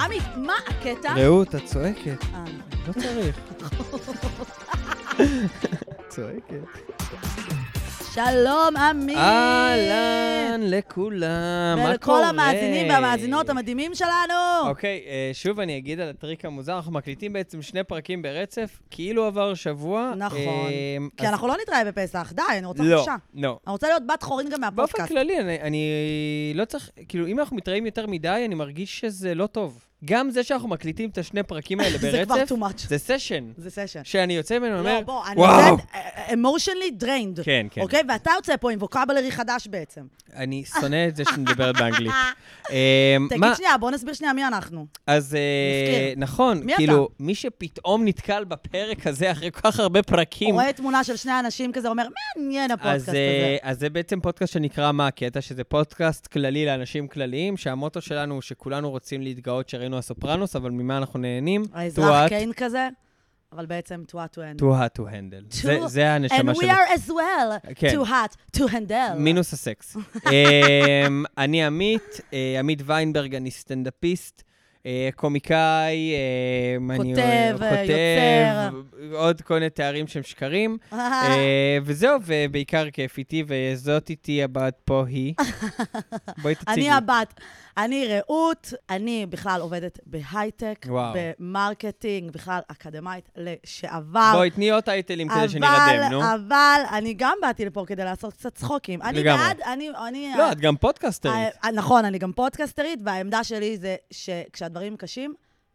עמי, מה הקטע? רעות, את צועקת. אה, נכון. לא צריך. צועקת. שלום, עמי. אהלן לכולם, מה קורה? ולכל המאזינים והמאזינות המדהימים שלנו. אוקיי, אה, שוב אני אגיד על הטריק המוזר, אנחנו מקליטים בעצם שני פרקים ברצף, כאילו עבר שבוע. נכון. אה, כי אז- אנחנו לא נתראה בפסח, די, אני רוצה לא, חופשה. לא. אני רוצה להיות בת חורין גם באופן מהפודקאסט. כללי, אני, אני לא צריך, כאילו, אם אנחנו מתראים יותר מדי, אני מרגיש שזה לא טוב. גם זה שאנחנו מקליטים את השני פרקים האלה ברצף, זה כבר too much. זה סשן, זה סשן. שאני יוצא ממנו ואומר, לא, בוא, אני וואו, יוצאת אה, emotionally drained. כן, כן. אוקיי? ואתה יוצא פה עם ווקבלרי חדש בעצם. אני שונא את זה שאני מדברת באנגלית. אה, תגיד מה, שנייה, בוא נסביר שנייה מי אנחנו. אז אה, נזכיר. נכון, מי כאילו, מי שפתאום נתקל בפרק הזה אחרי כל כך הרבה פרקים, הוא רואה תמונה של שני אנשים כזה, אומר, מעניין הפודקאסט אז, הזה. אה, אז זה בעצם פודקאסט שנקרא מה הקטע, שזה פודקאסט כללי לאנשים כלליים, שהמוטו שלנו הוא שכולנו רוצים להתגאות שראינו הסופרנוס, אבל ממה אנחנו נהנים? האזרח קיין כזה, אבל בעצם to what to end. To hot to handle. To- זה, זה הנשמה And we שלנו. are as well, כן. too hot to handle. מינוס הסקס. אמ, אני עמית, אה, עמית ויינברג, אני סטנדאפיסט, אה, קומיקאי, אמ, אני כותב, אה, אה, יוצר. עוד כל מיני תארים שהם שקרים. אה, וזהו, ובעיקר כיף איתי, וזאת איתי הבת פה היא. בואי תציגי. אני הבת, אני רעות, אני בכלל עובדת בהייטק, וואו. במרקטינג, בכלל אקדמאית לשעבר. בואי, תני עוד טייטלים כדי אבל- שנירדם, נו. אבל אני גם באתי לפה כדי לעשות קצת צחוקים. אני לגמרי. בעד, אני... אני- לא, את גם פודקאסטרית. אה, נכון, אני גם פודקסטרית, והעמדה שלי זה שכשהדברים קשים,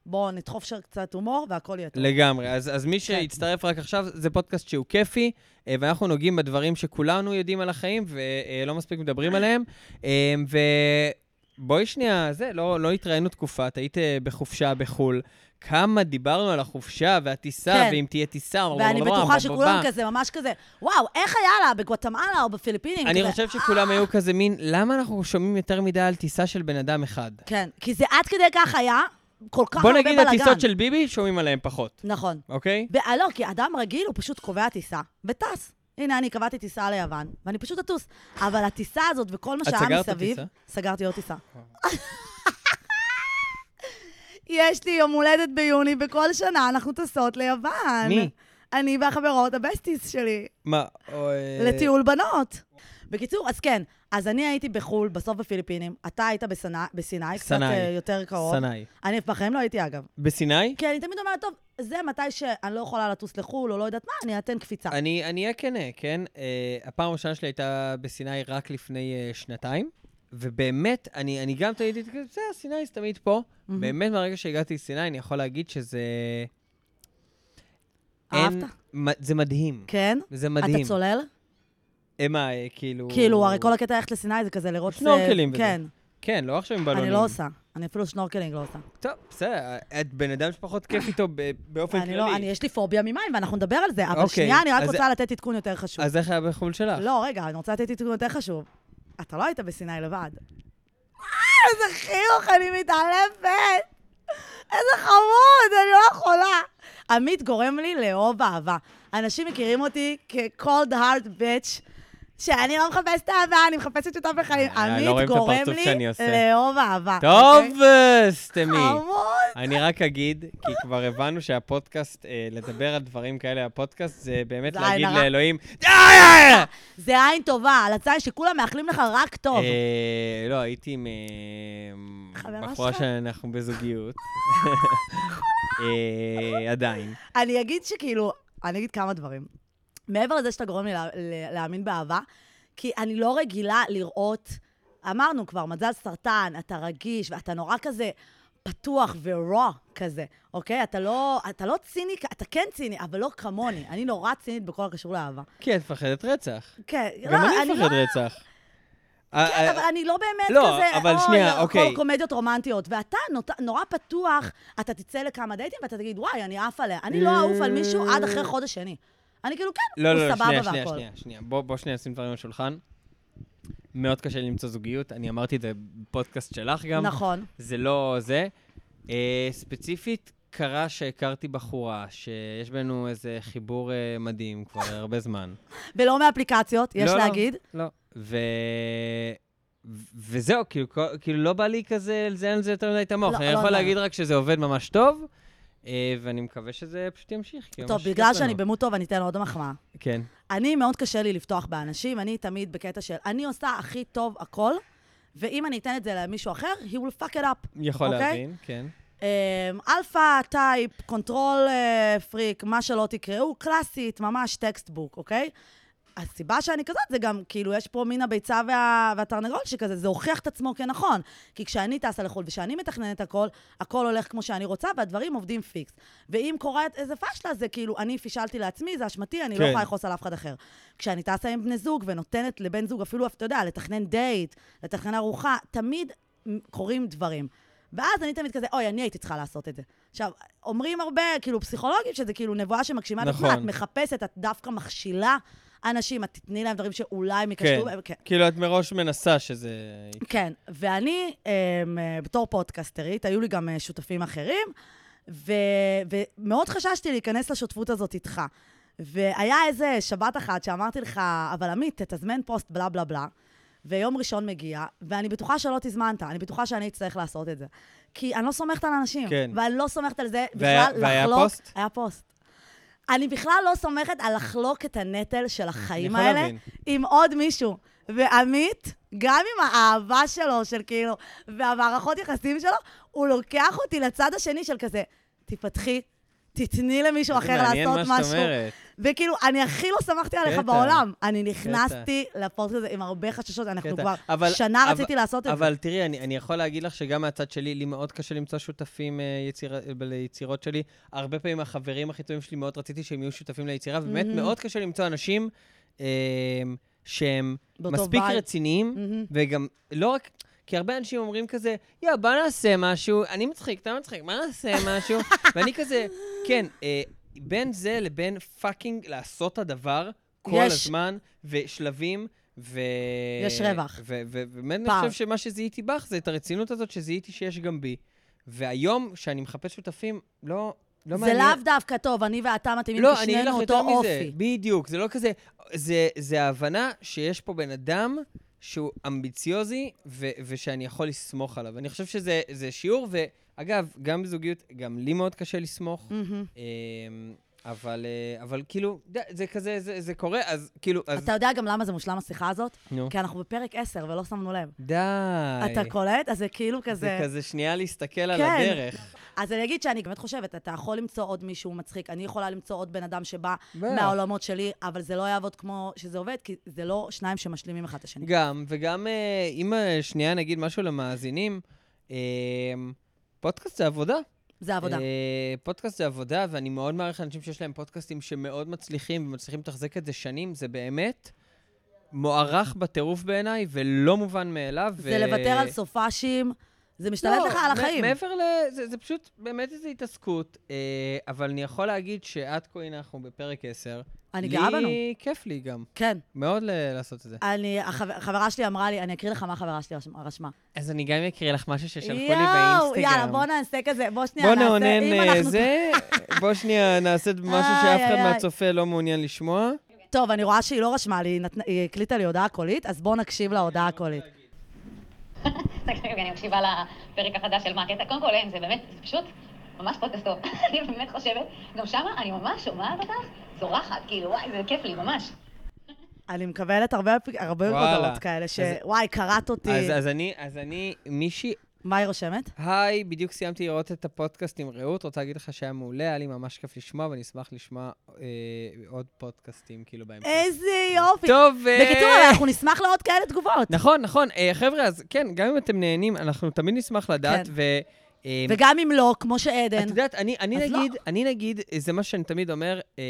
בואו נדחוף שם קצת הומור והכל יהיה טוב. כן. לגמרי. אז, אז מי שהצטרף רק עכשיו, זה פודקאסט שהוא כיפי, אה, ואנחנו נוגעים בדברים שכולנו יודעים על החיים ולא מספיק מדברים עליהם. אה, ובואי שנייה, זה, לא, לא התראינו תקופה, את היית אה, בחופשה בחו"ל. כמה דיברנו על החופשה והטיסה, כן. ואם תהיה טיסה, ואני בלה, בלה, בטוחה בלה, שכולם בלה. כזה, ממש כזה, וואו, איך היה לה בגואטמלה או בפיליפינים? אני כזה, "אה!" חושב שכולם היו כזה מין, למה אנחנו שומעים יותר מדי על טיסה של בן אדם אחד? כן, כי זה עד כדי כך היה כל כך כן. בוא הרבה בלאגן. נגיד, הטיסות של ביבי, שומעים עליהן פחות, נכון. אוקיי? ולא, כי אדם רגיל, הוא פשוט קובע טיסה וטס. הנה, אני קבעתי טיסה ליוון, ואני פשוט אטוס. אבל הטיסה הזאת וכל מה את אה. שהיה סגרת מסביב... טיסה? סגרתי עוד טיסה. יש לי יום הולדת ביוני, בכל שנה אנחנו טסות ליוון. מי? אני והחברות הבסטיס שלי, מה? או, אה, לטיול בנות. בקיצור, אז כן, אז אני הייתי בחו"ל, בסוף בפיליפינים, אתה היית בסנא- בסיני, קצת סנאי. אה, יותר קרוב. סנאי. אני בחיים לא הייתי, אגב. בסיני? כי אני תמיד אומרת, טוב, זה מתי שאני לא יכולה לטוס לחו"ל, או לא יודעת מה, אני אתן קפיצה. אני אני אהיה כנה, כן? אה, הפעם הראשונה שלי הייתה בסיני רק לפני אה, שנתיים, ובאמת, אני אני גם תהייתי, זה, סיני זה תמיד פה. באמת, מהרגע שהגעתי לסיני, אני יכול להגיד שזה... אין- אהבת? מ- זה מדהים. כן? זה מדהים. אתה צולל? אה, מה, אה, כאילו... כאילו, הרי כל הקטע ללכת לסיני זה כזה לראות... שנורקלים וזה. כן. כן, לא עכשיו עם בלונים. אני לא עושה. אני אפילו שנורקלינג לא עושה. טוב, בסדר, את בן אדם שפחות כיף איתו ב- באופן אני לא, אני, כללי. יש לי פוביה ממים, ואנחנו נדבר על זה, אבל אוקיי, שנייה, אני רק אז- רוצה לתת עדכון יותר חשוב. אז איך היה בחו"ל שלך? לא, רגע, אני רוצה לתת עדכון יותר חשוב. אתה לא היית בסיני לבד. אה, איזה חיוך, אני מתעלפת! איזה חמוד, אני לא יכולה. עמית גורם לי לאהוב אהבה. אנשים מכירים אותי כ-cold hard bitch, שאני לא מחפשת אהבה, אני מחפשת אותה בחיים. אה, לא רואים עמית את גורם הפרצוף שאני לי עושה. לאהוב אהבה. אוקיי? טוב, אה, סתמי. חמוד. אני רק אגיד, כי כבר הבנו שהפודקאסט, אה, לדבר על דברים כאלה בפודקאסט, זה באמת זה להגיד עין הרע. לאלוהים, "די!" אה, זה עין טובה, על הצעה שכולם מאחלים לך רק טוב. לא, הייתי עם אה, חברה בחורה שלך? שאנחנו בזוגיות. אה, עדיין. אני אגיד שכאילו, אני אגיד כמה דברים. מעבר לזה שאתה גורם לי לה, לה, להאמין באהבה, כי אני לא רגילה לראות, אמרנו כבר, מזל סרטן, אתה רגיש, ואתה נורא כזה פתוח ורוע כזה, אוקיי? אתה לא, אתה לא ציני, אתה כן ציני, אבל לא כמוני. אני נורא צינית בכל הקשור לאהבה. כי את מפחדת רצח. כן, גם אני לא... מפחד רצח. אה, כן, אה, אבל אני לא באמת לא, כזה, אבל שנייה, כל אוקיי. קומדיות רומנטיות. ואתה נות- נורא פתוח, אתה תצא לכמה דייטים ואתה תגיד, וואי, אני עף עליה. אני לא אעוף על מישהו עד אחרי חודש שני. אני כאילו, כן, אה. לא, הוא לא, לא, סבבה שנייה, והכל. שנייה, שנייה, שנייה. בוא, בוא שנייה נשים דברים על השולחן. מאוד קשה לי למצוא זוגיות, אני אמרתי את זה בפודקאסט שלך גם. נכון. זה לא זה. אה, ספציפית, קרה שהכרתי בחורה, שיש בינינו איזה חיבור אה, מדהים כבר הרבה זמן. ולא מאפליקציות, יש לא, לא, להגיד. לא. ו... ו- וזהו, כאילו, כל- כאילו לא בא לי כזה לזיין על זה יותר מדי את המוח. לא, אני לא, יכול לא. להגיד רק שזה עובד ממש טוב, אה, ואני מקווה שזה פשוט ימשיך. כי טוב, ממש בגלל כיף שאני לנו. במות טוב, אני אתן עוד מחמאה. כן. אני, מאוד קשה לי לפתוח באנשים, אני תמיד בקטע של, אני עושה הכי טוב הכל, ואם אני אתן את זה למישהו אחר, he will fuck it up. יכול אוקיי? להבין, כן. אמ, אלפא, טייפ, קונטרול אה, פריק, מה שלא תקראו, קלאסית, ממש טקסטבוק, אוקיי? הסיבה שאני כזאת זה גם, כאילו, יש פה מן הביצה וה... והתרנגול שכזה, זה הוכיח את עצמו כנכון. כי כשאני טסה לחו"ל וכשאני מתכננת הכל, הכל הולך כמו שאני רוצה והדברים עובדים פיקס. ואם קורית איזה פשלה, זה כאילו, אני פישלתי לעצמי, זה אשמתי, אני כן. כן. לא יכולה לכעוס על אף אחד אחר. כשאני טסה עם בני זוג ונותנת לבן זוג אפילו, אתה יודע, לתכנן דייט, לתכנן ארוחה, תמיד קורים דברים. ואז אני תמיד כזה, אוי, אני הייתי צריכה לעשות את זה. עכשיו, אומרים הרבה, כאילו, פסיכולוגים, שזה כאילו נבואה שמגשימה את עצמה, נכון. את מחפשת, את דווקא מכשילה אנשים, את תתני להם דברים שאולי הם כן. ייכשלו. בהם, כן. כאילו, את מראש מנסה שזה... כן, ואני, אמ, אה, בתור פודקסטרית, היו לי גם אה, שותפים אחרים, ו- ומאוד חששתי להיכנס לשותפות הזאת איתך. והיה איזה שבת אחת שאמרתי לך, אבל עמית, תתזמן פוסט בלה בלה בלה, ויום ראשון מגיע, ואני בטוחה שלא תזמנת, אני בטוחה שאני אצטרך לעשות את זה. כי אני לא סומכת על אנשים, כן. ואני לא סומכת על זה והיה- בכלל לחלוק... והיה פוסט? היה פוסט. אני בכלל לא סומכת על לחלוק את הנטל של החיים אני יכול האלה להבין. עם עוד מישהו. ועמית, גם עם האהבה שלו, של כאילו, והמערכות יחסים שלו, הוא לוקח אותי לצד השני של כזה, תפתחי, תתני למישהו אחר מעניין לעשות מה שאת משהו. אומרת. וכאילו, אני הכי לא שמחתי עליך קטע. בעולם. אני נכנסתי לפודקאסט הזה עם הרבה חששות, אנחנו קטע. כבר אבל- שנה אבל- רציתי לעשות את זה. אבל תראי, אני, אני יכול להגיד לך שגם מהצד שלי, לי מאוד קשה למצוא שותפים אה, יציר, ליצירות שלי. הרבה פעמים החברים הכי טובים שלי, מאוד רציתי שהם יהיו שותפים ליצירה, ובאמת מהמם. מאוד קשה למצוא אנשים אה, שהם באותו מספיק וייב. רציניים, מהמם. וגם לא רק... כי הרבה אנשים אומרים כזה, יא, בוא נעשה משהו, אני מצחיק, אתה מצחיק, מה נעשה משהו? ואני כזה, כן, אה, בין זה לבין פאקינג לעשות את הדבר כל יש. הזמן, ושלבים, ו... יש רווח. ו- ו- ובאמת אני פער. חושב שמה שזיהיתי בך זה את הרצינות הזאת שזיהיתי שיש גם בי. והיום, כשאני מחפש שותפים, לא, לא זה מעניין. לאו דווקא טוב, אני ואתה מתאימים, לא, כי אני אגיד לך שנינו יותר אותו מזה. אופי. בדיוק, זה לא כזה... זה, זה ההבנה שיש פה בן אדם שהוא אמביציוזי ו, ושאני יכול לסמוך עליו. אני חושב שזה זה שיעור, ואגב, גם בזוגיות, גם לי מאוד קשה לסמוך. מהמם. אמ, אבל, אה, אבל כאילו, די, זה כזה, זה, זה קורה, אז כאילו, אז... אתה יודע גם למה זה מושלם, השיחה הזאת? נו. כי אנחנו בפרק 10 ולא שמנו לב. די. אתה קולט? אז זה כאילו זה כזה... כזה שנייה להסתכל על כן. הדרך. אז אני אגיד שאני באמת חושבת, אתה יכול למצוא עוד מישהו מצחיק, אני יכולה למצוא עוד בן אדם שבא בטח. מהעולמות שלי, אבל זה לא יעבוד כמו שזה עובד, כי זה לא שניים שמשלימים אחד את השני. גם, וגם אה, אם אה, שנייה נגיד משהו למאזינים, אה, פודקאסט זה עבודה. זה עבודה. אה, פודקאסט זה עבודה, ואני מאוד מעריך אנשים שיש להם פודקאסטים שמאוד מצליחים ומצליחים לתחזק את זה שנים, זה באמת מוערך בטירוף בעיניי, ולא מובן מאליו. לא, זה לוותר על סופאשים, זה משתלט לך על מ- החיים. מעבר ל... זה, זה פשוט באמת איזו התעסקות, אה, אבל אני יכול להגיד שעד כה הנה אנחנו בפרק 10. אני גאה בנו. לי כיף לי גם, כן. מאוד ל- לעשות את זה. אני, החבר- חברה שלי אמרה לי, אני אקריא לך מה חברה שלי רשמה- רשמה. אז אני גם אקריא לך משהו ששלחו לי יואו, באינסטגרם. יאללה, בוא נעשה כזה, בוא שנייה בוא נעשה, נאונן אם אה, אנחנו- זה, בוא שנייה נעשה משהו איי, שאף אחד איי, איי. מהצופה לא מעוניין לשמוע. טוב, אני רואה שהיא לא רשמה לי, היא נתנה- היא הקליטה לי הודעה קולית, אז בואו נקשיב להודעה הקולית. תקשיבי, אני מקשיבה לפרק החדש של מה הקטע. קודם כל, אין, זה באמת, זה פשוט ממש פודקאסט טוב. אני באמת חושבת, גם שמה אני ממש שומעת אותך צורחת, כאילו, וואי, זה כיפ לי, ממש. אני מקבלת הרבה הרבה וואלה. הודעות כאלה, ש- אז- וואי, קראת אותי. אז, אז אני, אז אני, מישהי, מה היא רושמת? היי, בדיוק סיימתי לראות את הפודקאסט עם רעות, רוצה להגיד לך שהיה מעולה, היה לי ממש כיף לשמוע, ואני אשמח לשמוע אה, עוד פודקאסטים כאילו בהמשך. איזה יופי. טוב, אה, בקיצור, אבל אנחנו נשמח לעוד כאלה תגובות. נכון, נכון. אה, חבר'ה, אז כן, גם אם אתם נהנים, אנחנו תמיד נשמח לדעת, כן. ו... אה, וגם אם לא, כמו שעדן. את יודעת, אני, אני, אז לא. נגיד, אני נגיד, אה, זה מה שאני תמיד אומר, אה,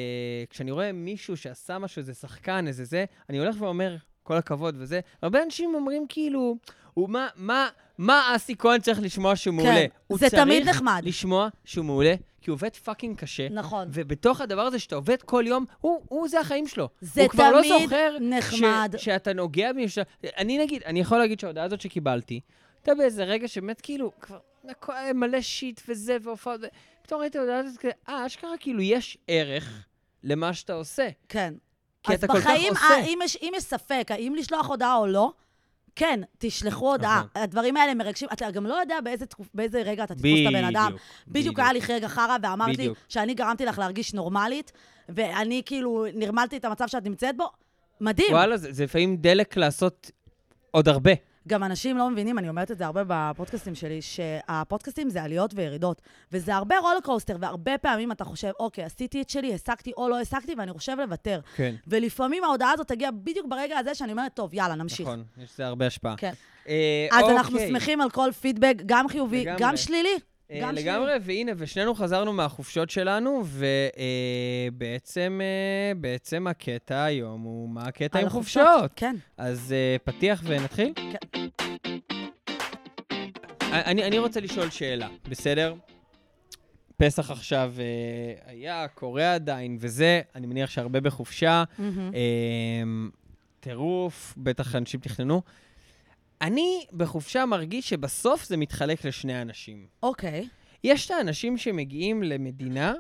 כשאני רואה מישהו שעשה משהו, איזה שחקן, איזה זה, אני הולך ואומר, כל הכבוד וזה. הרבה אנשים אומרים כאילו, הוא מה, מה, מה אסי כהן צריך לשמוע שהוא כן, מעולה? הוא זה צריך תמיד נחמד. לשמוע שהוא מעולה, כי הוא עובד פאקינג קשה. נכון. ובתוך הדבר הזה שאתה עובד כל יום, הוא, הוא זה החיים שלו. זה הוא כבר תמיד לא זוכר נחמד. ש, שאתה נוגע בי. ש... אני נגיד, אני יכול להגיד שההודעה הזאת שקיבלתי, הייתה באיזה רגע שבאמת כאילו, כבר הכל היה מלא שיט וזה והופעות, ו- פתאום ראיתי הודעה הזאת כזה, אה, אשכרה כאילו יש ערך למה שאתה עושה. כן. כי אז אתה כל כך בחיים, עושה. אה, אם יש- אם יש ספק, האם לשלוח הודעה או לא, כן, תשלחו הודעה. נכון. הדברים האלה מרגשים. אתה גם לא יודע באיזה תקופ- באיזה רגע אתה תתפוס את הבן אדם. בדיוק, בדיוק בדיוק. היה לי רגע חרא, ואמרת לי בדיוק. שאני גרמתי לך להרגיש נורמלית, ואני כאילו נרמלתי את המצב שאת נמצאת בו. מדהים. וואלה, זה זה לפעמים דלק לעשות עוד הרבה. גם אנשים לא מבינים, אני אומרת את זה הרבה בפודקאסטים שלי, שהפודקאסטים זה עליות וירידות, וזה הרבה רולקוסטר, והרבה פעמים אתה חושב, אוקיי, עשיתי את שלי, הסקתי או לא הסקתי, ואני חושב לוותר. כן. ולפעמים ההודעה הזאת תגיע בדיוק ברגע הזה שאני אומרת, טוב, יאללה, נמשיך. נכון, יש לזה הרבה השפעה. כן. אה, אז אוקיי. אנחנו שמחים על כל פידבק, גם חיובי, לגמרי. גם שלילי. אה, גם לגמרי, והנה, ושנינו חזרנו מהחופשות שלנו, ובעצם אה, בעצם הקטע היום הוא מה הקטע על עם החופשות. חופשות. כן. אז אה, פתיח ונתחיל? אה, כן. אני אני רוצה לשאול שאלה, בסדר? פסח עכשיו אה, היה, קורה עדיין וזה, אני מניח שהרבה בחופשה. מהמם. אמ, טירוף, בטח אנשים תכננו. אני בחופשה מרגיש שבסוף זה מתחלק לשני אנשים. אוקיי. יש את האנשים שמגיעים למדינה,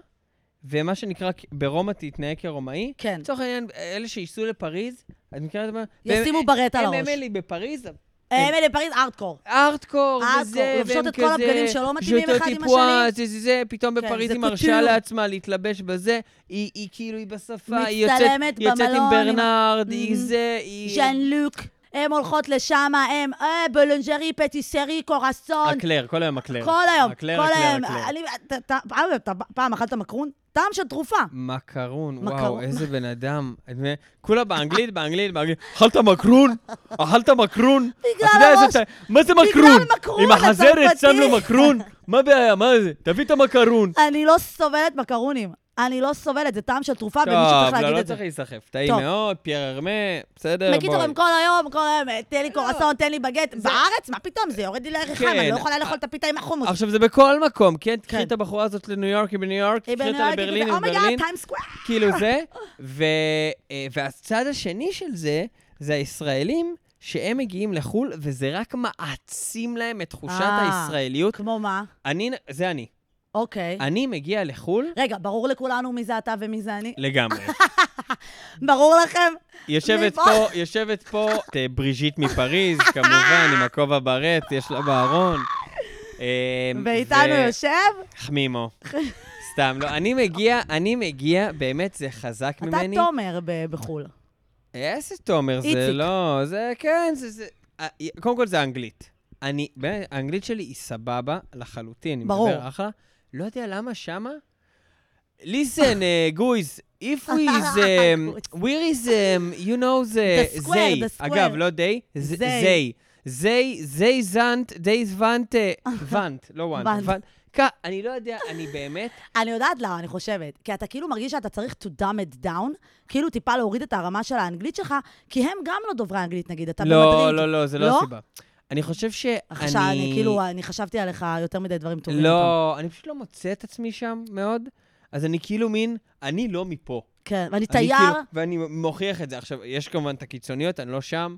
ומה שנקרא, כ- ברומא תתנהג כרומאי. כן. לצורך העניין, אלה שייסעו לפריז, את מכירה את זה? ישימו והם- ברט על הם הראש. הם אלה בפריז, אה, הם אלה פריז ארטקור. ארטקור, ארטקור, וזה, לובשות והם את כל הבגדים שלא מתאימים ז'וטו אחד עם טיפואה, השני. זה, זה, זה, פתאום כן, בפריז זה היא מרשה קוטור. לעצמה להתלבש בזה, היא, היא כאילו, היא בשפה, היא יוצאת, מצטלמת היא יוצאת עם במלון, עם- ברנרד, היא Mhm. זה, היא... ז'אן לוק. הן הולכות לשם, הן אה, בולנג'רי, פטיסרי, קורסון. הקלר, כל היום הקלר. כל היום, הקלר, כל הקלר, היום. הקלר. אני- אתה- אתה- פעם- אתה- פעם אכלת מקרון? טעם של תרופה. מקרון, וואו, מקרון. איזה בן אדם. את מבינה? כולה באנגלית, באנגלית, באנגלית. אכלת מקרון? אכלת מקרון? בגלל אתה יודע איזה הראש. טע- מה זה בגלל מקרון? מקרון, עם החזרת, הצרפתי. שם לו מקרון? מה הבעיה? מה זה? תביא את המקרון. אני לא סובלת מקרונים. אני לא סובלת, זה טעם של תרופה, ומישהו צריך לא, להגיד לא את זה. צריך להיסחף. טעים טוב. מאוד, פייר ארמה, בסדר, בואי. בקיצור, הם כל היום, כל היום, "אה, תן לי קורסון, תן לי בגט. בארץ, מה פתאום, זה יורד לי לרחם, אני כן. לא יכולה לאכול את הפיתה עם החומוס. עכשיו, זה בכל מקום, כן? תקחי כן. את הבחורה הזאת לניו יורק, היא בניו יורק, היא תקחי אותה בניו יורק, לברלין, היא היא כזה, "Oh my God, בברלין, Times Square." כאילו זה. ו- אה, והצד השני של זה, זה הישראלים, שהם מגיעים לחו"ל, וזה רק מעצים להם את תחושת אה. הישראליות. כמו מה? אני, זה אני. אוקיי. אני מגיע לחו"ל רגע, ברור לכולנו מי זה אתה ומי זה אני? לגמרי. ברור לכם? יושבת מפה. פה, יושבת פה את אה, בריז'יט מפריז, כמובן, עם הכובע ברט, יש לה בארון. אה, ואיתנו ו- יושב? חמימו. סתם, לא. אני מגיע, אני מגיע, באמת, זה חזק אתה ממני. תומר ב- בחו"ל. איזה תומר זה, איציק. לא, זה, כן, זה, זה... אה, קודם כל זה אנגלית. אני, באמת, האנגלית שלי היא סבבה לחלוטין, אני ברור. מדבר אחלה. לא יודע למה שמה... listen, uh, guys, if we is... Um, Guys. where is, um, you know, The the... square, they. the square. אגב, לא they, They. they. they, they זנט, they זוונט, וונט, לא וונט, Want. וונט. כ- אני לא יודע, אני באמת... אני יודעת למה, אני חושבת. כי אתה כאילו מרגיש שאתה צריך to dumb it down, כאילו טיפה להוריד את הרמה של האנגלית שלך, כי הם גם לא דוברי אנגלית, נגיד, אתה לא, במדריד. לא, לא, זה לא? לא הסיבה. אני חושב שאני... עכשיו, אני כאילו, אני חשבתי עליך יותר מדי דברים טובים. פתאום. לא, אני פשוט לא מוצא את עצמי שם מאוד, אז אני כאילו מין, אני לא מפה. כן, ואני אני תייר, כאילו- ואני מוכיח את זה. עכשיו, יש כמובן את הקיצוניות, אני לא שם.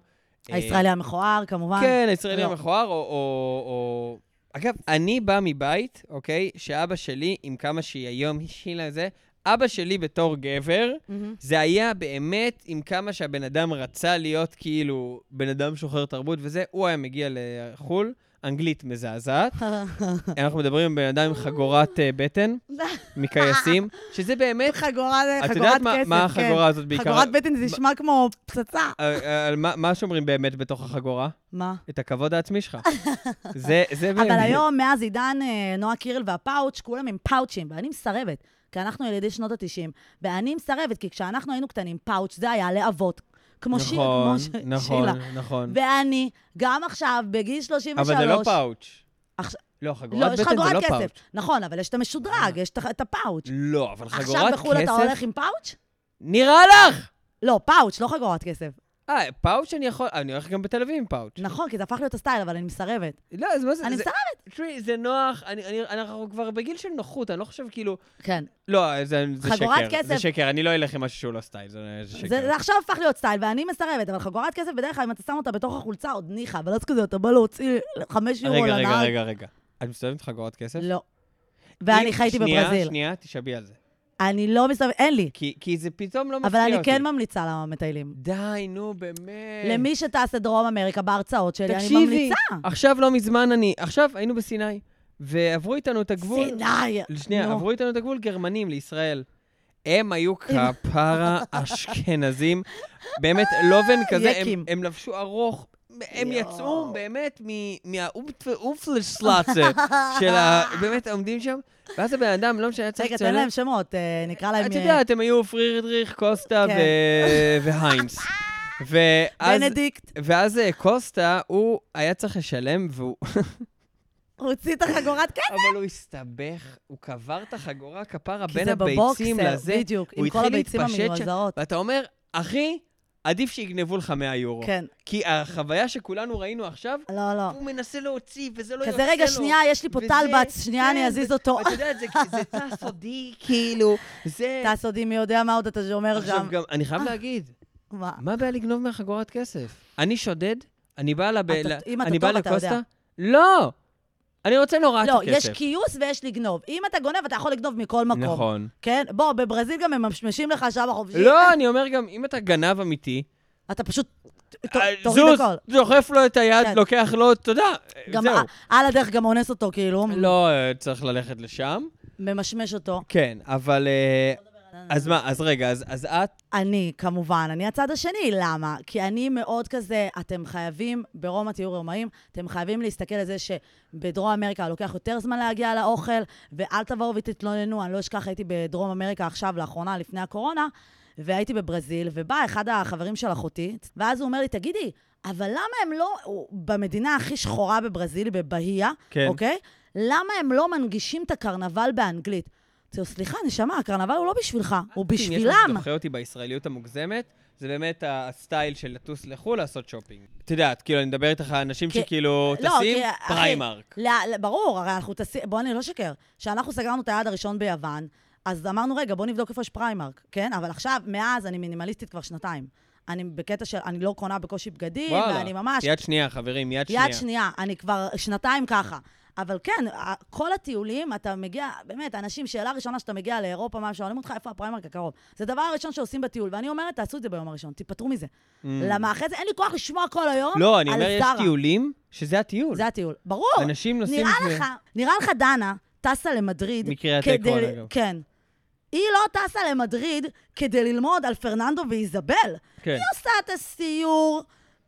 אה, הישראלי המכוער, כמובן. כן, הישראלי לא. המכוער, או- או... או- אגב, אני בא מבית, אוקיי, שאבא שלי, עם כמה שהיא היום השילה זה, אבא שלי בתור גבר, מהמם. זה היה באמת עם כמה שהבן אדם רצה להיות כאילו בן אדם שוחר תרבות וזה, הוא היה מגיע לחו"ל, אנגלית מזעזעת. אנחנו מדברים עם בן אדם עם חגורת אה, בטן, מקייסים, שזה באמת... חגורה, את חגורת יודעת כסף, מה- כן. מה החגורה הזאת בעיקר? חגורת בטן זה נשמע כמו פצצה. על- על מה- מה שומרים באמת בתוך החגורה? מה? את הכבוד העצמי שלך. זה זה באמת... אבל היום, מאז עידן אה, נועה קירל והפאוץ', כולם עם פאוצ'ים, ואני מסרבת. כי אנחנו ילדי שנות ה-90, ואני מסרבת, כי כשאנחנו היינו קטנים, פאוץ' זה היה לאבות. כמו שיר, נכון, כמו ש- שילה. נכון, נכון. ואני, גם עכשיו, בגיל 33... אבל זה לא פאוץ'. עכשיו- לא, לא, חגורת יש בטן זה חגורת לא פאוץ'. כסף. נכון, אבל יש את המשודרג, יש את ה- את הפאוץ'. לא, אבל עכשיו אה. חגורת בחו"ל אתה הולך כסף... עם פאוץ'? נראה לך! לא, פאוץ', לא חגורת כסף. אה, פאוץ' אני יכול... אני הולך גם בתל אביב עם פאוץ'. נכון, כי זה הפך להיות הסטייל, אבל אני מסרבת. לא, אז מה זה... אני זה- מסרבת. תראי, זה נוח, אני- אני- אנחנו כבר בגיל של נוחות, אני לא חושב כאילו... כן. לא, זה, זה שקר. חגורת כסף. זה שקר, אני לא אלך עם משהו שהוא לא סטייל, זה, זה שקר. זה, זה עכשיו הפך להיות סטייל, ואני מסרבת, אבל חגורת כסף בדרך כלל, אם אתה שם אותה בתוך החולצה, עוד ניחא, אבל אז כזה, אתה בא להוציא חמש יורו רגע, לנהג. רגע, רגע, רגע. את מסתובבת עם חגורת כסף? לא. ואני אם- חייתי שנייה, בברזיל. שנייה, תשבי על זה. אני לא מסתובבת, אין לי. כי, כי זה פתאום לא אבל מפתיע אותי. אני כן ממליצה למטיילים. די, נו, באמת. למי שטס לדרום אמריקה בהרצאות שלי, אני תקשיבי, ממליצה. עכשיו לא מזמן אני... עכשיו היינו בסיני, ועברו איתנו את הגבול... סיני. שנייה, נו. עברו איתנו את הגבול גרמנים לישראל. הם היו כפרה אשכנזים, באמת לובן כזה, הם- יקים. הם לבשו ארוך, הם יואו. יצאו באמת מהאופלשלאצה של ה... באמת עומדים שם, ואז הבן אדם, לא משנה, יצא רגע, תן להם שמות, אה, נקרא להם... את אה, יודעת, הם היו פרידריך, קוסטה כן. ו- והיינס. ואז, בנדיקט, ואז אה, קוסטה, הוא היה צריך לשלם, והוא... הוא הוציא את החגורת כן, כסף. אבל הוא הסתבך, הוא קבר את החגורה כפרה כי בין זה הביצים בבוקסר, לזה. בדיוק, הוא עם כל התחיל הביצים להתפשט שם, המנועזעות. ואתה אומר, אחי, עדיף שיגנבו לך 100 יורו. כן, כי החוויה שכולנו ראינו עכשיו, לא, לא. הוא מנסה להוציא, וזה לא יוצא כזה לו. רגע, שנייה, יש לי פה וזה- טלבץ, שנייה, כן, אני אזיז אותו. ואת יודעת, זה- זה תא סודי, כאילו, זה... טס עוד מי יודע מה עוד אתה אומר עכשיו שם. גם, אני אה. חייב להגיד, מה? מה הבעיה לגנוב מהחגורת כסף? אני שודד, אני בא לב... אתה- ל- אם אתה אני טוב, בא אתה יודע. לקוסטה, לא! אני רוצה נורא את לא, הכסף. יש כיוס ויש לגנוב. אם אתה גונב, אתה יכול לגנוב מכל מקום. נכון. כן? בוא, בברזיל גם הם ממשמשים לך שם החופשי. לא, אני אומר גם, אם אתה גנב אמיתי, אתה פשוט... ת- אה, תוריד זוז, הכל. דוחף לו את היד, כן. לוקח לו, תודה, אה, גם זהו. ע- על הדרך גם אונס אותו, כאילו, לא אה, צריך ללכת לשם. ממשמש אותו. כן, אבל... אה, אז מה, אז רגע, אז אז את... אני, כמובן, אני הצד השני, למה? כי אני מאוד כזה, אתם חייבים, ברומא תהיו רומאים, אתם חייבים להסתכל על זה שבדרום אמריקה לוקח יותר זמן להגיע לאוכל, ואל תבואו ותתלוננו, אני לא אשכח, הייתי בדרום אמריקה עכשיו, לאחרונה, לפני הקורונה, והייתי בברזיל, ובא אחד החברים של אחותי, ואז הוא אומר לי, תגידי, אבל למה הם לא, הוא במדינה הכי שחורה בברזיל, בבהיה, כן. אוקיי? למה הם לא מנגישים את הקרנבל באנגלית? אמרתי לו, סליחה, נשמה, הקרנבל הוא לא בשבילך, הוא אם יש משהו בשבילם. שדוחה אותי בישראליות המוגזמת, זה באמת הסטייל של לטוס לחו"ל לעשות שופינג. את יודעת, כאילו, אני מדבר איתך על אנשים כי- שכאילו לא, טסים כי, אחי, פריימרק. לא, לא, ברור, הרי אנחנו טסים, בוא, אני לא אשקר. כשאנחנו סגרנו את היעד הראשון ביוון, אז אמרנו, רגע, בוא נבדוק איפה יש פריימרק, כן? אבל עכשיו, מאז אני מינימליסטית כבר שנתיים. אני בקטע של, אני לא קונה בקושי בגדים, ואני ממש... יד שנייה, חברים, יד שנייה. יד שנייה, אני כבר שנתיים ככה. אבל כן, ה- כל הטיולים, אתה מגיע, באמת, אנשים, שאלה ראשונה שאתה מגיע לאירופה, מה הם שואלים אותך, איפה הפריימרק הקרוב? זה הדבר הראשון שעושים בטיול, ואני אומרת, תעשו את זה ביום הראשון, תיפטרו מזה. למה אחרי זה אין לי כוח לשמוע כל היום על Mm. לא, אני אומר, יש זרה. טיולים שזה הטיול. זה הטיול. ברור. אנשים נוסעים... נראה ו- לך, נראה לך דנה טסה למדריד מקריית כדי... עקרון, אגב. כן. היא לא טסה למדריד כדי ללמוד על פרננדו ואיזבל. כן. היא עושה את הסיור,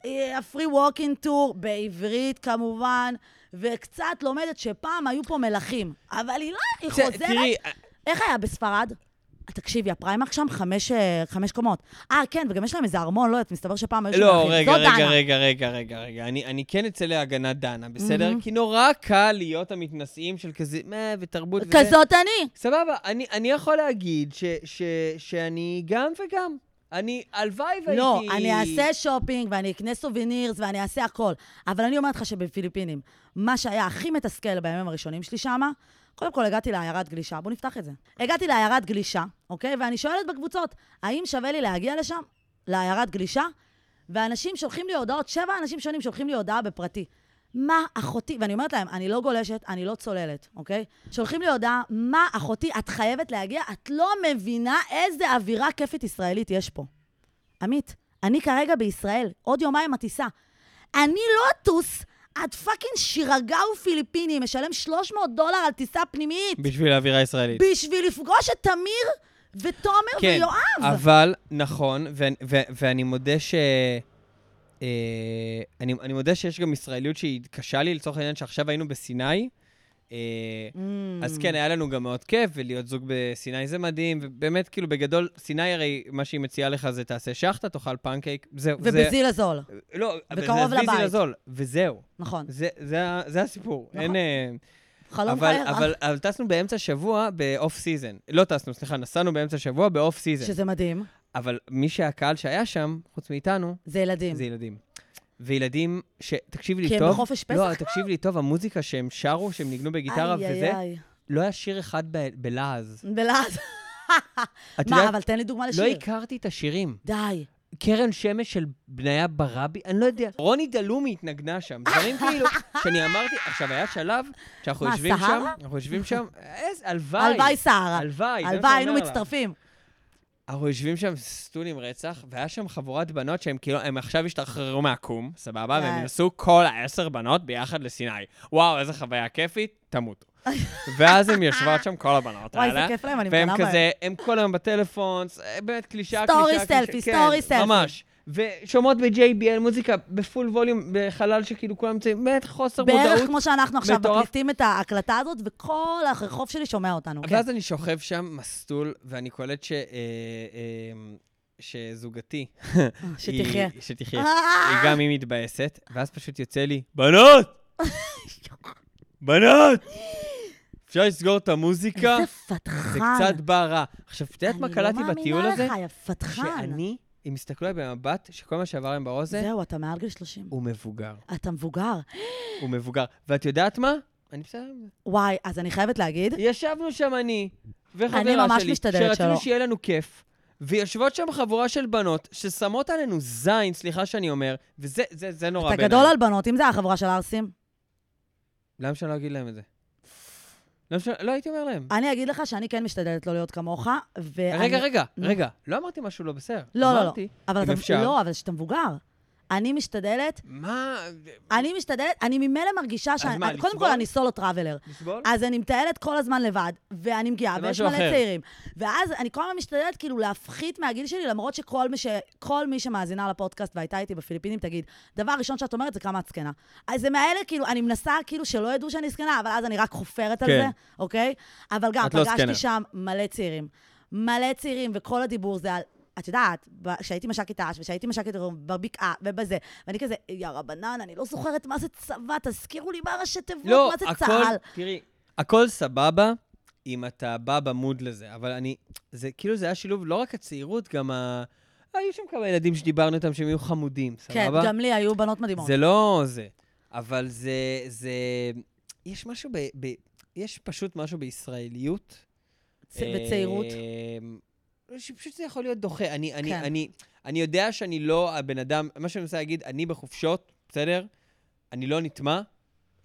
אה, הפרי ווקינג טור, בעברית כמובן, וקצת לומדת שפעם היו פה מלכים. אבל היא לא, היא זה- חוזרת... תראי, איך היה בספרד? תקשיבי, הפריימרק שם חמש, אה, חמש קומות. אה, כן, וגם יש להם איזה ארמון, לא יודעת, מסתבר שפעם היו שם לא, מלכים. רגע, זאת רגע, דנה. רגע, רגע, רגע, רגע. אני, אני כן אצא להגנת דנה, בסדר? מהמם. כי נורא קל להיות המתנשאים של כזה, מה, ותרבות וזה. כזאת אני. סבבה, אני, אני יכול להגיד ש, ש, שאני גם וגם. אני, הלוואי והייתי... לא, אני אעשה שופינג ואני אקנה סובינירס ואני אעשה הכל. אבל אני אומרת לך שבפיליפינים, מה שהיה הכי מתסכל בימים הראשונים שלי שמה, קודם כל הגעתי לעיירת גלישה, בואו נפתח את זה. הגעתי לעיירת גלישה, אוקיי? ואני שואלת בקבוצות, האם שווה לי להגיע לשם, לעיירת גלישה? ואנשים שולחים לי הודעות, שבע אנשים שונים שולחים לי הודעה בפרטי. מה אחותי, ואני אומרת להם, אני לא גולשת, אני לא צוללת, אוקיי? שולחים לי הודעה, מה אחותי, את חייבת להגיע, את לא מבינה איזה אווירה כיפית ישראלית יש פה. עמית, אני כרגע בישראל, עוד יומיים הטיסה. אני לא אטוס עד פאקינג שירגאו פיליפיני, משלם 300 דולר על טיסה פנימית, בשביל האווירה הישראלית. בשביל לפגוש את תמיר ותומר כן, ויואב. אבל, נכון, ו- ו- ואני מודה ש... אה, אני, אני מודה שיש גם ישראליות שהיא קשה לי, לצורך העניין שעכשיו היינו בסיני. אה, Mm. אז כן, היה לנו גם מאוד כיף, ולהיות זוג בסיני זה מדהים, ובאמת, כאילו, בגדול, סיני הרי, מה שהיא מציעה לך זה תעשה שחטה, תאכל פנקייק, זהו. זה- ובזיל הזול, לא, אבל וקרוב זה ויזי לבית. לזול, וזהו. נכון. זה- זה ה- זה הסיפור. נכון. אין... אה, חלום אבל- חייך, אבל אבל טסנו באמצע שבוע באוף סיזן. לא טסנו, סליחה, נסענו באמצע שבוע באוף סיזן. שזה מדהים, אבל מי שהקהל שהיה שם, חוץ מאיתנו, זה ילדים. זה ילדים. וילדים ש... תקשיבי לי כי טוב. הם בחופש פסח לא, תקשיבי לי טוב, המוזיקה שהם שרו, שהם ניגנו בגיטרה איי, איי, וזה, איי. לא היה שיר אחד ב- בלעז. בלעז. את מה, יודעת, אבל לא תן לי דוגמה לשיר. לא הכרתי את השירים. די. קרן שמש של בניה ברבי, אני לא יודע. רוני דלומי התנגנה שם, דברים כאילו, שאני אמרתי, עכשיו, היה שלב שאנחנו מה, יושבים שם, סהרה? אנחנו יושבים שם, איזה, הלוואי. הלוואי סערה. הלוואי, זה מה הלוואי, שאני היינו אומר לך. מצטרפים. אנחנו יושבים שם סטולים רצח, והיה שם חבורת בנות שהן כאילו, הן עכשיו השתחררו מהקום, סבבה? כן. והן נסעו כל העשר בנות ביחד לסיני. וואו, איזה חוויה כיפית, תמותו. ואז הן יושבות שם, כל הבנות וואי, האלה. זה כיף להם, אני והם מקנאה בהם. כזה, הם כל היום בטלפון, ס- באמת קלישאה, סטורי קלישאה, קלישאה. סלפי, סטורי כן, סלפי. ממש. ושומעות ב-JBL מוזיקה בפול ווליום, בחלל שכאילו כולם נמצאים, באמת חוסר מודעות. בערך כמו שאנחנו עכשיו מטורף. מקליטים את ההקלטה הזאת, וכל הרחוב שלי שומע אותנו. כן. ואז אני שוכב שם מסטול, ואני קולט ש... אה, אה, שזוגתי, כן, שתחיה. אה! היא- שתחיה. היא גם היא מתבאסת, ואז פשוט יוצא לי, בנות! בנות! אפשר לסגור את המוזיקה? איזה פתחן. זה קצת בא רע. עכשיו, את יודעת מה קלטתי בטיול הזה? אני לא מאמינה לך, יא פתחן. שאני, אם הסתכלו עליי במבט, שכל מה שעבר להם בראש זה, זהו, אתה מעל גיל 30. הוא מבוגר. אתה מבוגר. הוא מבוגר. ואת יודעת מה? אני בסדר עם זה. וואי, אז אני חייבת להגיד, ישבנו שם אני אני וחברה ממש שלי, משתדלת שלא. שרצינו שיהיה לנו כיף, ויושבות שם חבורה של בנות ששמות עלינו זין, סליחה שאני אומר, וזה זה, זה נורא אתה בעיניי. גדול על בנות, אם זה החבורה של הערסים. למה שאני לא אגיד להם את זה? למה שאני... לא הייתי אומר להם. אני אגיד לך שאני כן משתדלת לא להיות כמוך, ואני... רגע, רגע, אה, נו. רגע, לא אמרתי משהו לא בסדר. לא, לא, לא. אמרתי, אבל אם אתה... אפשר. לא, אבל שאתה מבוגר. אני משתדלת, מה... אני משתדלת, אני ממילא מרגישה שאני... מה, אני- קודם לסבול? כל, אני סולו טראבלר. לסבול? אז אני מטיילת כל הזמן לבד, ואני מגיעה, נכון? זה ויש משהו מלא אחר. צעירים. ואז אני כל הזמן משתדלת כאילו להפחית מהגיל שלי, למרות שכל מי, ש... כל מי שמאזינה לפודקאסט והייתה איתי בפיליפינים תגיד, דבר ראשון שאת אומרת זה כמה את זקנה. אז זה מאלה, כאילו, אני מנסה כאילו שלא ידעו שאני זקנה, אבל אז אני רק חופרת על כן. זה, אוקיי? אבל גם את לא פגשתי זקנה. שם מלא צעירים. מלא צעירים, וכל הדיבור זה על... את יודעת, ב- כשהייתי מש"קית ת"ש, וכשהייתי מש"קית רום, בבקעה, ובזה, ואני כזה, יא רבנן, אני לא זוכרת מה זה צבא, תזכירו לי מה ראשי תיבות, לא, מה זה הכל, צה"ל. תראי, הכל סבבה אם אתה בא במוד לזה, אבל אני, זה כאילו זה היה שילוב לא רק הצעירות, גם ה... היו שם כמה ילדים שדיברנו איתם שהם היו חמודים, כן, סבבה? גם לי היו בנות מדהימות. זה לא זה, אבל זה, זה, יש משהו ב... ב... יש פשוט משהו בישראליות. צ- בצעירות. אה, שפשוט זה יכול להיות דוחה. אני, אני, כן. אני, אני יודע שאני לא הבן אדם, מה שאני מנסה להגיד, אני בחופשות, בסדר? אני לא נטמע,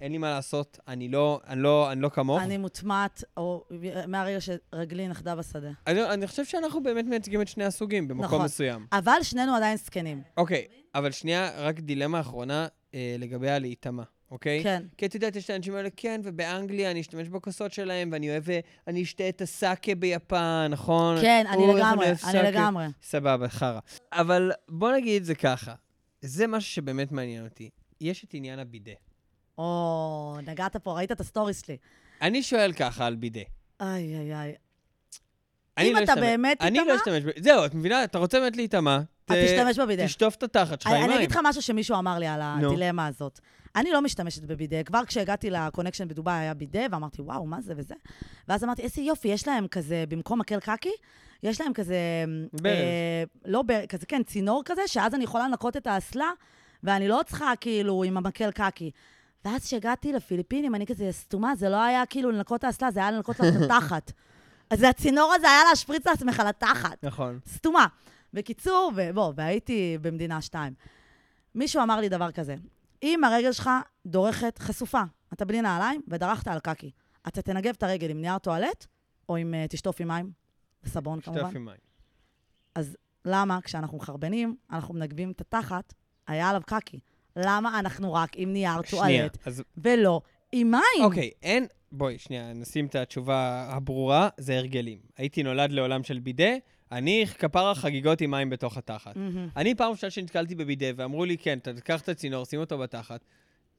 אין לי מה לעשות, אני לא, אני לא, אני לא כמוך. אני מוטמעת, או מהרגע שרגלי נחדה בשדה. אני, אני חושב שאנחנו באמת מייצגים את שני הסוגים במקום נכון. מסוים. אבל שנינו עדיין זקנים. אוקיי, אבל שנייה, רק דילמה אחרונה אה, לגבי הלהיטמע, אוקיי? כן. כי את יודעת, יש את האנשים האלה, כן, ובאנגליה אני אשתמש בכוסות שלהם, ואני אוהב, אה, אני אשתה את הסאקה ביפן, נכון? כן, אני אוי, איך אוקיי. לגמרי, אוהב אני סאקה. לגמרי. סבבה, חרא. אבל בוא נגיד את זה ככה, זה משהו שבאמת מעניין אותי. יש את עניין הבידה. או, נגעת פה, ראית את הסטוריס שלי. אני שואל ככה על בידה. איי, איי, איי. אני אם לא אתה אשתמש- באמת אני לא תיטמע? אשתמש ב... זהו, את מבינה? אתה רוצה באמת להיטמע? אז תשתמש בבידה. תשטוף את התחת שלך עם אני- מים. אני אגיד לך משהו שמישהו אמר לי על נו. הדילמה הזאת. אני לא משתמשת בבידה. כבר כשהגעתי לקונקשן בדובאי היה בידה, ואמרתי, וואו, מה זה וזה? ואז אמרתי, איזה יופי, יש להם כזה, במקום מקל קקי, יש להם כזה... ברז. אה, לא ברז, כזה, כן, צינור כזה, שאז אני יכולה לנקות את האסלה, ואני לא צריכה, כאילו, עם המקל קקי. ואז כשהגעתי לפיליפינים, אני כזה סתומה, זה לא היה כאילו לנקות את האסלה, זה היה לנקות לך את התחת. אז הצינור הזה היה להשפריץ לעצמך לתחת. נכון. סתומה. בקיצור, ובוא, והייתי במדינה שתיים. מישהו אמר לי דבר כזה, אם הרגל שלך דורכת חשופה, אתה בלי נעליים ודרכת על קקי, אתה תנגב את הרגל עם נייר טואלט, או עם אה, תשטוף עם מים, וסבון כמובן. שטוף עם מים. למה כשאנחנו מחרבנים, אנחנו מנגבים את התחת, היה עליו קקי. למה אנחנו רק עם נייר שנייה, טואלט, אז ולא עם מים? אוקיי, אין... בואי, שנייה, נשים את התשובה הברורה, זה הרגלים. הייתי נולד לעולם של בידה, אני כפרה חגיגות עם מים בתוך התחת. מהמם. אני פעם ראשונה שנתקלתי בבידה, ואמרו לי, כן, אתה תיקח את הצינור, שים אותו בתחת.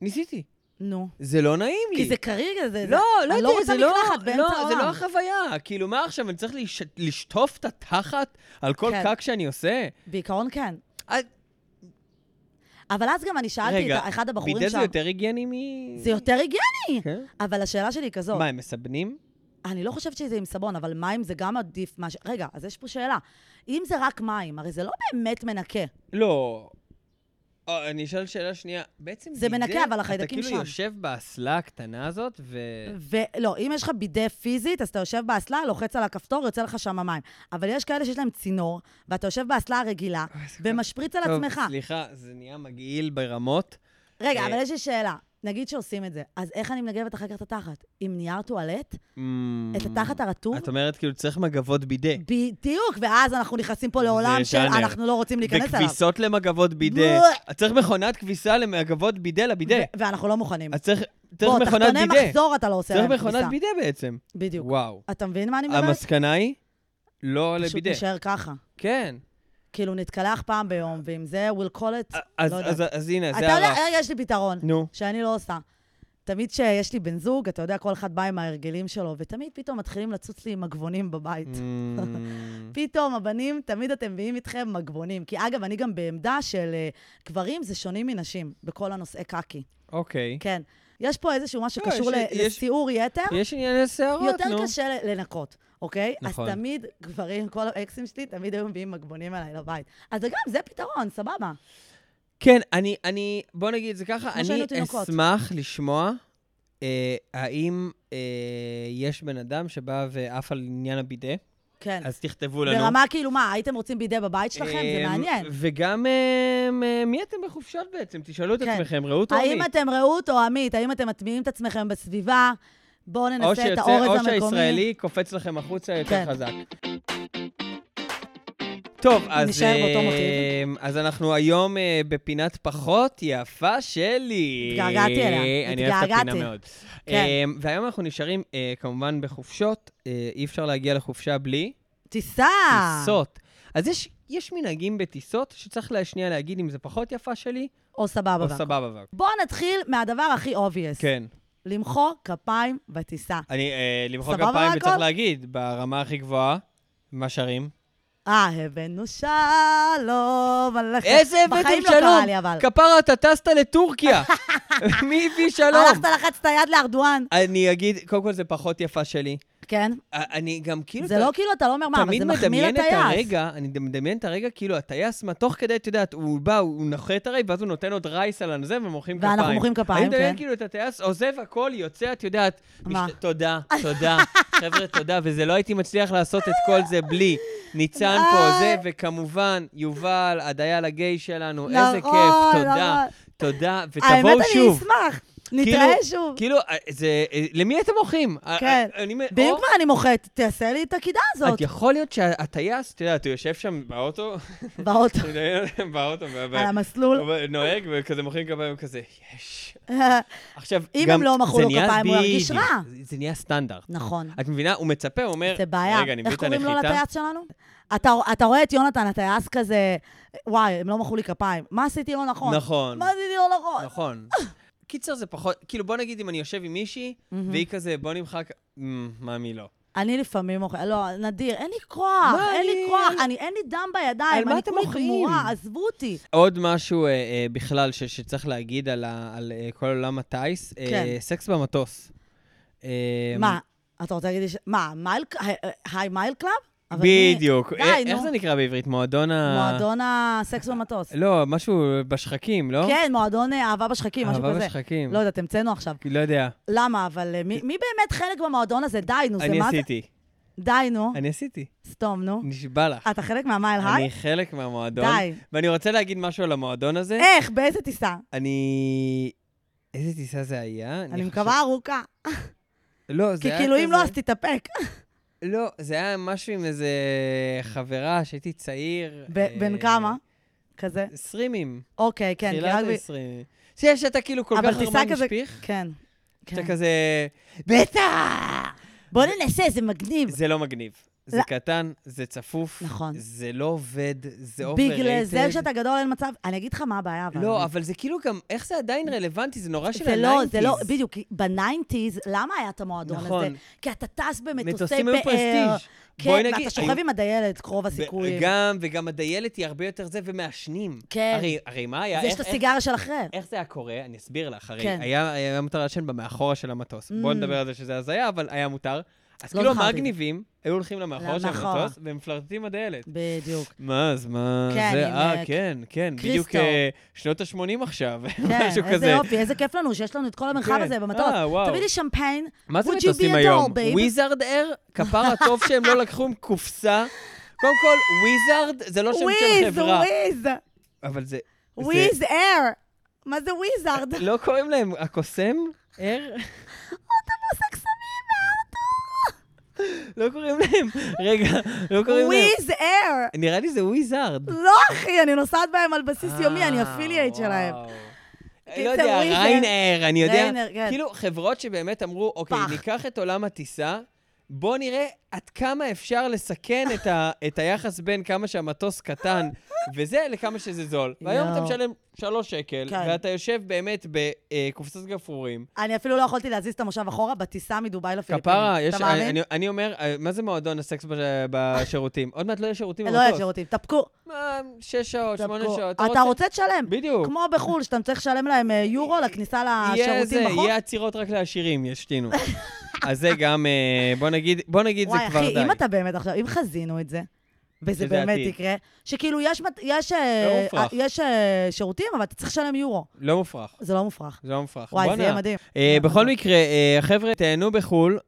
ניסיתי. נו. זה לא נעים לי. כי זה קריר, זה... לא, זה- אני לא יודע, לא רוצה זה לא... מקלחת באמצע לא, זה לא העולם. החוויה. כאילו, מה עכשיו, אני צריך לש- לשטוף את התחת על כל כן. קק שאני עושה? בעיקרון כן. אה, אבל אז גם אני שאלתי רגע, את אחד הבחורים בידה שם... זה יותר היגייני מ... זה יותר הגיוני! כן. אבל השאלה שלי היא כזאת, מה, הם מסבנים? אני לא חושבת שזה עם סבון, אבל מים זה גם עדיף מה ש... רגע, אז יש פה שאלה. אם זה רק מים, הרי זה לא באמת מנקה. לא. אה, אני אשאל שאלה שנייה. בעצם זה בידי- מנקה, אבל החיידקים אתה שם. כאילו יושב באסלה הקטנה הזאת, ו... ולא, אם יש לך בידי פיזית, אז אתה יושב באסלה, לוחץ על הכפתור, יוצא לך שם המים. אבל יש כאלה שיש להם צינור, ואתה יושב באסלה הרגילה, ומשפריץ על טוב, עצמך. סליחה, זה נהיה מגעיל ברמות. רגע, אה. אבל יש לי שאלה. נגיד שעושים את זה, אז איך אני מנגבת אחר כך את התחת? עם נייר טואלט? את התחת הרטוב? Mm. את אומרת, כאילו, צריך מגבות בידה. בדיוק, ואז אנחנו נכנסים פה לעולם של ז'אנר. אנחנו לא רוצים להיכנס אליו. וכביסות למגבות בידה. בוא. את צריך מכונת כביסה למגבות בידה לבידה. ו- ואנחנו לא מוכנים. את צריך צריך בוא, מכונת תחתוני בידה. מחזור אתה לא עושה צריך להם מכונת כביסה. בידה בעצם. בדיוק. וואו. אתה מבין מה אני מדברת? המסקנה היא, לא פשוט לבידה. נשאר ככה. כן. כאילו, נתקלח פעם ביום, ועם זה, we'll call it, אז- לא אז- יודעת. אז הנה, אתה אה, זה יודע, אה, הרף. רגע, יש לי פתרון, נו. שאני לא עושה. תמיד כשיש לי בן זוג, אתה יודע, כל אחד בא עם ההרגלים שלו, ותמיד פתאום מתחילים לצוץ לי מגבונים בבית. Mm. אמ, פתאום הבנים, תמיד אתם מביאים איתכם מגבונים. כי אגב, אני גם בעמדה של אה, גברים זה שונים מנשים, בכל הנושאי קקי. אוקיי. כן. יש פה איזשהו משהו לא, שקשור יש- ל- יש- לסיעור יתר, יש ענייני שערות, כן. יותר אה, נו. קשה ל- לנקות, אוקיי? נכון. אז תמיד גברים, כל האקסים שלי, תמיד היו מביאים מגבונים אליי לבית. אז זה גם, זה פתרון, סבבה. כן, אני, אני, בוא נגיד את זה ככה, כמו שהיינו אני תינוקות. אשמח לשמוע אה, האם אה, יש בן אדם שבא ועף על עניין הבידה, כן. אז תכתבו לנו. ברמה כאילו, מה, הייתם רוצים בידי בבית שלכם? זה אה, מעניין. וגם אה, אה, מי אתם בחופשות בעצם? תשאלו את כן. עצמכם, רעות או האם אני? אתם רעות או עמית? האם אתם מטמיעים את עצמכם בסביבה? בואו או ננסה את שיוצא, האורז או המקומי. שהישראלי קופץ לכם החוצה יותר כן. חזק. טוב, אז, נשאר באותו אה, מוטיב. אז אנחנו היום אה, בפינת פחות יפה שלי. התגעגעתי אליה, אני אוהב את הפינה התגעגעתי. מאוד. כן. אה, והיום אנחנו נשארים אה, כמובן בחופשות, אה, אי אפשר להגיע לחופשה בלי טיסה! טיסות. אז יש, יש מנהגים בטיסות שצריך להשנייה להגיד אם זה פחות יפה שלי או סבבה. או והכל. סבבה. והכל. בואו נתחיל מהדבר הכי obvious. כן. למחוא כפיים בטיסה. אני, אה, למחוא סבבה כפיים, והכל? וצריך להגיד, ברמה הכי גבוהה, מה שרים? אה, הבאנו שלום עליכם. איזה הבאתם בחיים לא שלום? קרה לי אבל. כפרה, אתה טסת לטורקיה. מי הביא שלום? הלכת, לחצת יד לארדואן. אני אגיד, קודם כל זה פחות יפה שלי. כן. א- אני גם כאילו... זה ת- לא כאילו, אתה לא אומר מה, אבל תמיד זה מחמיא מדמיין את לטייס. הרגע, אני ד- מדמיין את הרגע, כאילו הטייס, מה תוך כדי, את יודעת, הוא בא, הוא נוחת הרי, ואז הוא נותן עוד רייס על זה, ומוחאים כפיים. ואנחנו מוחאים כפיים, אני מדמיין כן. כאילו את הטייס, עוזב הכל, יוצא, את יודעת, מה? מש- תודה, תודה, חבר'ה, תודה, וזה לא הייתי מצליח לעשות את כל זה בלי. ניצן אה. פה, זה, וכמובן, יובל, הדייל הגיי שלנו, איזה נכון, כיף, תודה, נכון. תודה, האמת, ותבואו אני שוב. אשמח. נתראה כאילו- שוב. כאילו, אה, זה, אה, למי אתם מוחאים? אה, כן. אה, אני מ- ואם או- כבר אני מוחאת, תעשה לי את הקידה הזאת. את יכול להיות שהטייס, אתה יודע, אתה יושב שם באוטו, באוטו, אני מדמיין אותם באוטו, ו- על ו- המסלול. הוא נוהג וכזה מוחאים כפיים כזה, יש. עכשיו, אם גם הם לא מחאו זה לו נהיה כפיים, הוא ירגיש בדיוק, רע. זה- זה נהיה סטנדרט. נכון. את מבינה? הוא מצפה, הוא אומר, זה בעיה. רגע, אני מבין איך את קוראים לו הנחיתה. לטייס שלנו? אתה, אתה רואה את יונתן, הטייס כזה, וואי, הם לא מחאו לי כפיים. מה עשיתי לא נכון? נכון. מה עשיתי לא נכון? נכון. קיצר זה פחות, כאילו בוא נגיד אם אני יושב עם מישהי, מהמם. והיא כזה, בוא נמחק, "אמ, מה מי לא. אני לפעמים מוחא, לא, נדיר, אין לי כוח, מה, אין לי אני- כוח, אני, אין לי דם על בידיים, מה אני אתם כולי מוחאים? גמורה, עזבו אותי. עוד משהו אה, אה, בכלל ש- שצריך להגיד על ה- על אה, כל עולם הטיס, אה, כן. סקס במטוס. אה, מה, אתה רוצה להגיד לי ש... מה, מייל... ה- היי מייל קלאב? אבל מי- בדיוק. די, אה, איך נו. זה נקרא בעברית? מועדון ה... מועדון הסקס במטוס. לא, משהו בשחקים, לא? כן, מועדון אה, אהבה בשחקים, משהו אהבה כזה. בשחקים. לא יודעת, המצאנו עכשיו. לא יודע. למה, אבל אה, מי מי באמת חלק במועדון הזה? די, נו, זה אני מה זה? עשיתי. די, נו. אני עשיתי. סתום, נו. נשבע לך. אתה חלק מהמייל אני היי? חלק מהמועדון. די. אה. ואני רוצה להגיד משהו על המועדון הזה. איך? באיזה טיסה? אני... איזה טיסה זה היה? אני חושב- מקווה ארוכה. לא, זה כי היה כאילו, אם לא, כזה- אז תתאפק. לא, זה היה משהו עם איזה חברה שהייתי צעיר. ב- בן אה, כמה? כזה. עשרימים. אוקיי, כן. כי רק תחילת ב- העשרים. שיש, אתה כאילו כל אבל כך טיסה הרמן כזה... משפיך. כן. אתה כן. כזה... בטח! בוא ננסה, זה מגניב. זה לא מגניב. זה לא. קטן, זה צפוף, נכון. זה לא עובד, זה אובררייטד. בגלל זה כשאתה גדול אין מצב... אני אגיד לך מה הבעיה, אבל... לא, אני- אבל זה כאילו גם, איך זה עדיין רלוונטי? זה נורא של זה לא, הניינטיז. זה לא, בדיוק, כי בניינטיז, למה היה את המועדון נכון. הזה? כי אתה טס במטוסי מטוסים היו פאר. פרסטיג'. כן, בואי נגיד- ואתה שוכב היו- עם הדיילת, קרוב הסיכויים. גם, וגם הדיילת היא הרבה יותר זה, ומעשנים. כן. הרי, הרי מה היה? ויש איך, את הסיגריה של אחרי. איך, איך זה היה קורה? אני אסביר לך. הרי כן. היה, היה מותר לעשן במאחורה של המטוס. בואו Mm. נדבר על זה שזה הזיה, אבל היה מותר. אז לא כאילו זכרתי. המגניבים היו הולכים למאחור של למאחורה. המטוס, והם מפלרטים בדלת. בדיוק. מה, אז מה, כן, זה, עם, אה, אה, כן, כן, בדיוק קריסטו. אה, שנות ה-80 עכשיו, כן, משהו איזה כזה. יופי, איזה כיף לנו שיש לנו את כל המרחב כן. הזה במטוס. אה, וואו. תביא לי שמפיין. מה זה Would you be מטוסים a היום? doll, babe? וויזארד אר? כפר הטוב שהם לא לקחו עם קופסה? קודם כל, וויזארד זה לא שם של וויז, חברה. וויז, אבל זה... זה- וויז אר. מה זה וויזארד? לא קוראים להם הקוסם? אר? אוטובוס הקסמים לא קוראים להם. רגע, לא קוראים להם. וויז אר. נראה לי זה וויזארד. לא, אחי, אני נוסעת בהם על בסיס יומי, אני אה, אפילייט שלהם. וואו. לא קיצר, יודע, וויזארד. ריינאר, אני יודע. ריינאר, כן. כאילו, חברות שבאמת אמרו, אוקיי, פח. ניקח את עולם הטיסה, בוא נראה עד כמה אפשר לסכן את ה- את היחס בין כמה שהמטוס קטן וזה, לכמה שזה זול. והיום אתה יואו. משלם שלוש שקל, כן. ואתה יושב באמת בקופסת גפרורים. אני אפילו לא יכולתי להזיז את המושב אחורה בטיסה מדובאי לפיליפינים. כפרה, יש... אתה מאמין? אני- אני אומר, אה, מה זה מועדון הסקס בש- בשירותים? עוד מעט לא יהיה שירותים לא במטוס. יש שירותים, תפקו, מה, שש שעות, שמונה תפקו. שעות. אתה רוצה תשלם. בדיוק. כמו בחו"ל, שאתה צריך לשלם להם אה, יורו לכניסה יהיה זה, לשירותים בחוץ. יהיה עצירות רק לעשירים, ישתינו. אז זה גם, אה, בוא נגיד, בוא נגיד זה וואי, כבר די. אחי, אם אתה באמת עכשיו, אם חזינו את זה, וזה שזה באמת עתיד. יקרה, שכאילו יש מת- יש, אה, לא מופרך. אה, יש אה, שירותים, אבל אתה צריך לשלם יורו. לא מופרך. זה לא מופרך. זה לא מופרך. וואי, זה לא בואנה. יהיה מדהים. אה, בכל מקרה, אה, חבר'ה, תהנו בחו"ל,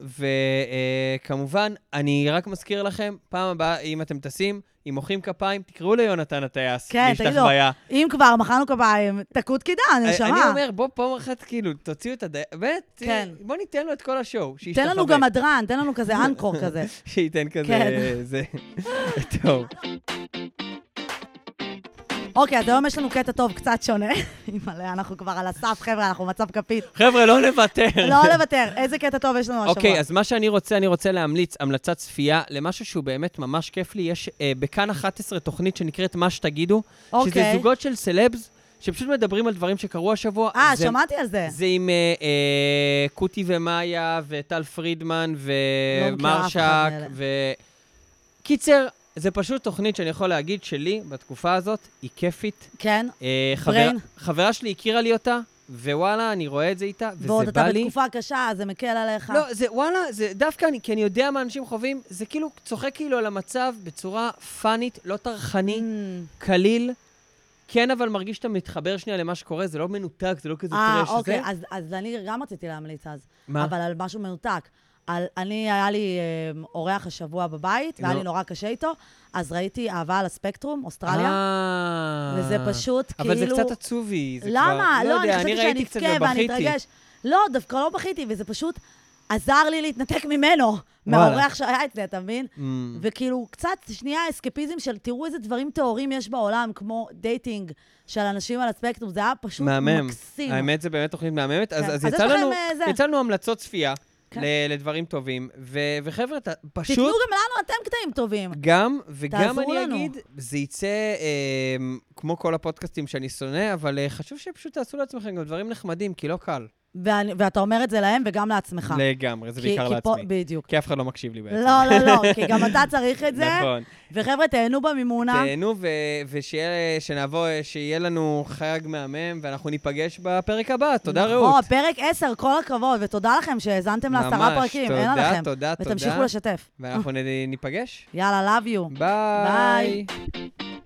וכמובן, אני רק מזכיר לכם, פעם הבאה, אם אתם טסים, אם מוחאים כפיים, תקראו ליונתן הטייס. כן, יש לך תגיד לו, בעיה. אם כבר מחאנו כפיים, תקעו תקידה, נשמה. אה, אני אומר, בוא פעם אחת, כאילו, תוציאו את הדי... באמת, אה, כן. בוא ניתן לו את כל השואו, שישתחווה. תן לנו גם הדרן, תן לנו כזה אנקור כזה. שייתן כזה... אה, כן. זה... טוב. אוקיי, אז היום יש לנו קטע טוב קצת שונה. אימא'לה, אנחנו כבר על הסף, חבר'ה, אנחנו במצב כפית. חבר'ה, לא נוותר. לא לוותר, איזה קטע טוב יש לנו השבוע. אוקיי, אז מה שאני רוצה, אני רוצה להמליץ המלצת צפייה למשהו שהוא באמת ממש כיף לי. יש אה, בכאן 11 תוכנית שנקראת מה שתגידו, שזה אוקיי. זוגות של סלבס שפשוט מדברים על דברים שקרו השבוע. אה, זה- שמעתי על זה. זה עם אה, אה, קוטי ומאיה וטל לא פרידמן מכירה אף אחד ומרשק מאלה. ו... קיצר, זה פשוט תוכנית שאני יכול להגיד שלי, בתקופה הזאת, היא כיפית. כן? אה, חברה- Brain. חברה שלי הכירה לי אותה, ווואלה, אני רואה את זה איתה, וזה בא לי. ועוד אתה בתקופה קשה, אז זה מקל עליך. לא, זה וואלה, זה דווקא, אני, כי אני יודע מה אנשים חווים, זה כאילו צוחק כאילו על המצב בצורה פאנית, לא טרחני, Mm. קליל. כן, אבל מרגיש שאתה מתחבר שנייה למה שקורה, זה לא מנותק, זה לא כזה אה, טרש. אוקיי, זה. אז- אז אני גם רציתי להמליץ אז. מה? אבל על משהו מנותק. על, אני, היה לי אה, אורח השבוע בבית, והיה נו. לי נורא קשה איתו, אז ראיתי אהבה על הספקטרום, אוסטרליה, אה. וזה פשוט אבל זה כאילו... קצת עצובי, זה כבר... למה? לא, אני יודע, חשבתי שאני ראיתי קצת אבכה ואני ובכיתי. אתרגש. לא, דווקא לא בכיתי, וזה פשוט עזר לי להתנתק ממנו, וואלה. מהאורח שהיה אצלי, אתה מבין? Mm. וכאילו, קצת, שנייה, אסקפיזם של תראו איזה דברים טהורים יש בעולם, כמו דייטינג של אנשים על הספקטרום, זה היה פשוט מהמם. מקסים. האמת, זה באמת תוכנית מהממת. אז כן. אז אז יצא יש לכם, לנו- אה, זה. יצא לנו המלצות צפייה כן. ל- לדברים טובים. ו- וחבר'ה, אתה תתנו פשוט... גם לנו אתם קטעים טובים. גם, וגם תעזרו אני לנו. אגיד, זה יצא אה, כמו כל הפודקאסטים שאני שונא, אבל אה, חשוב שפשוט תעשו לעצמכם גם דברים נחמדים, כי לא קל. ואני- ואתה אומר את זה להם וגם לעצמך. לגמרי, זה נכון. כי- בעיקר כי פה- לעצמי. בדיוק. כי אף אחד לא מקשיב לי בעצם. לא, לא, לא, כי גם אתה צריך את זה. נכון. וחבר'ה, תהנו במימונה. תהנו ו- ושיהיה שנעבור, שיהיה לנו חג מהמם, ואנחנו ניפגש בפרק הבא. תודה, או, רעות. פרק 10, כל הכבוד, ותודה לכם שהאזנתם לעשרה ממש, פרקים, אין תודה, עליכם. תודה, תודה. ותמשיכו לשתף. ואנחנו נ- ניפגש. יאללה, love you. ביי.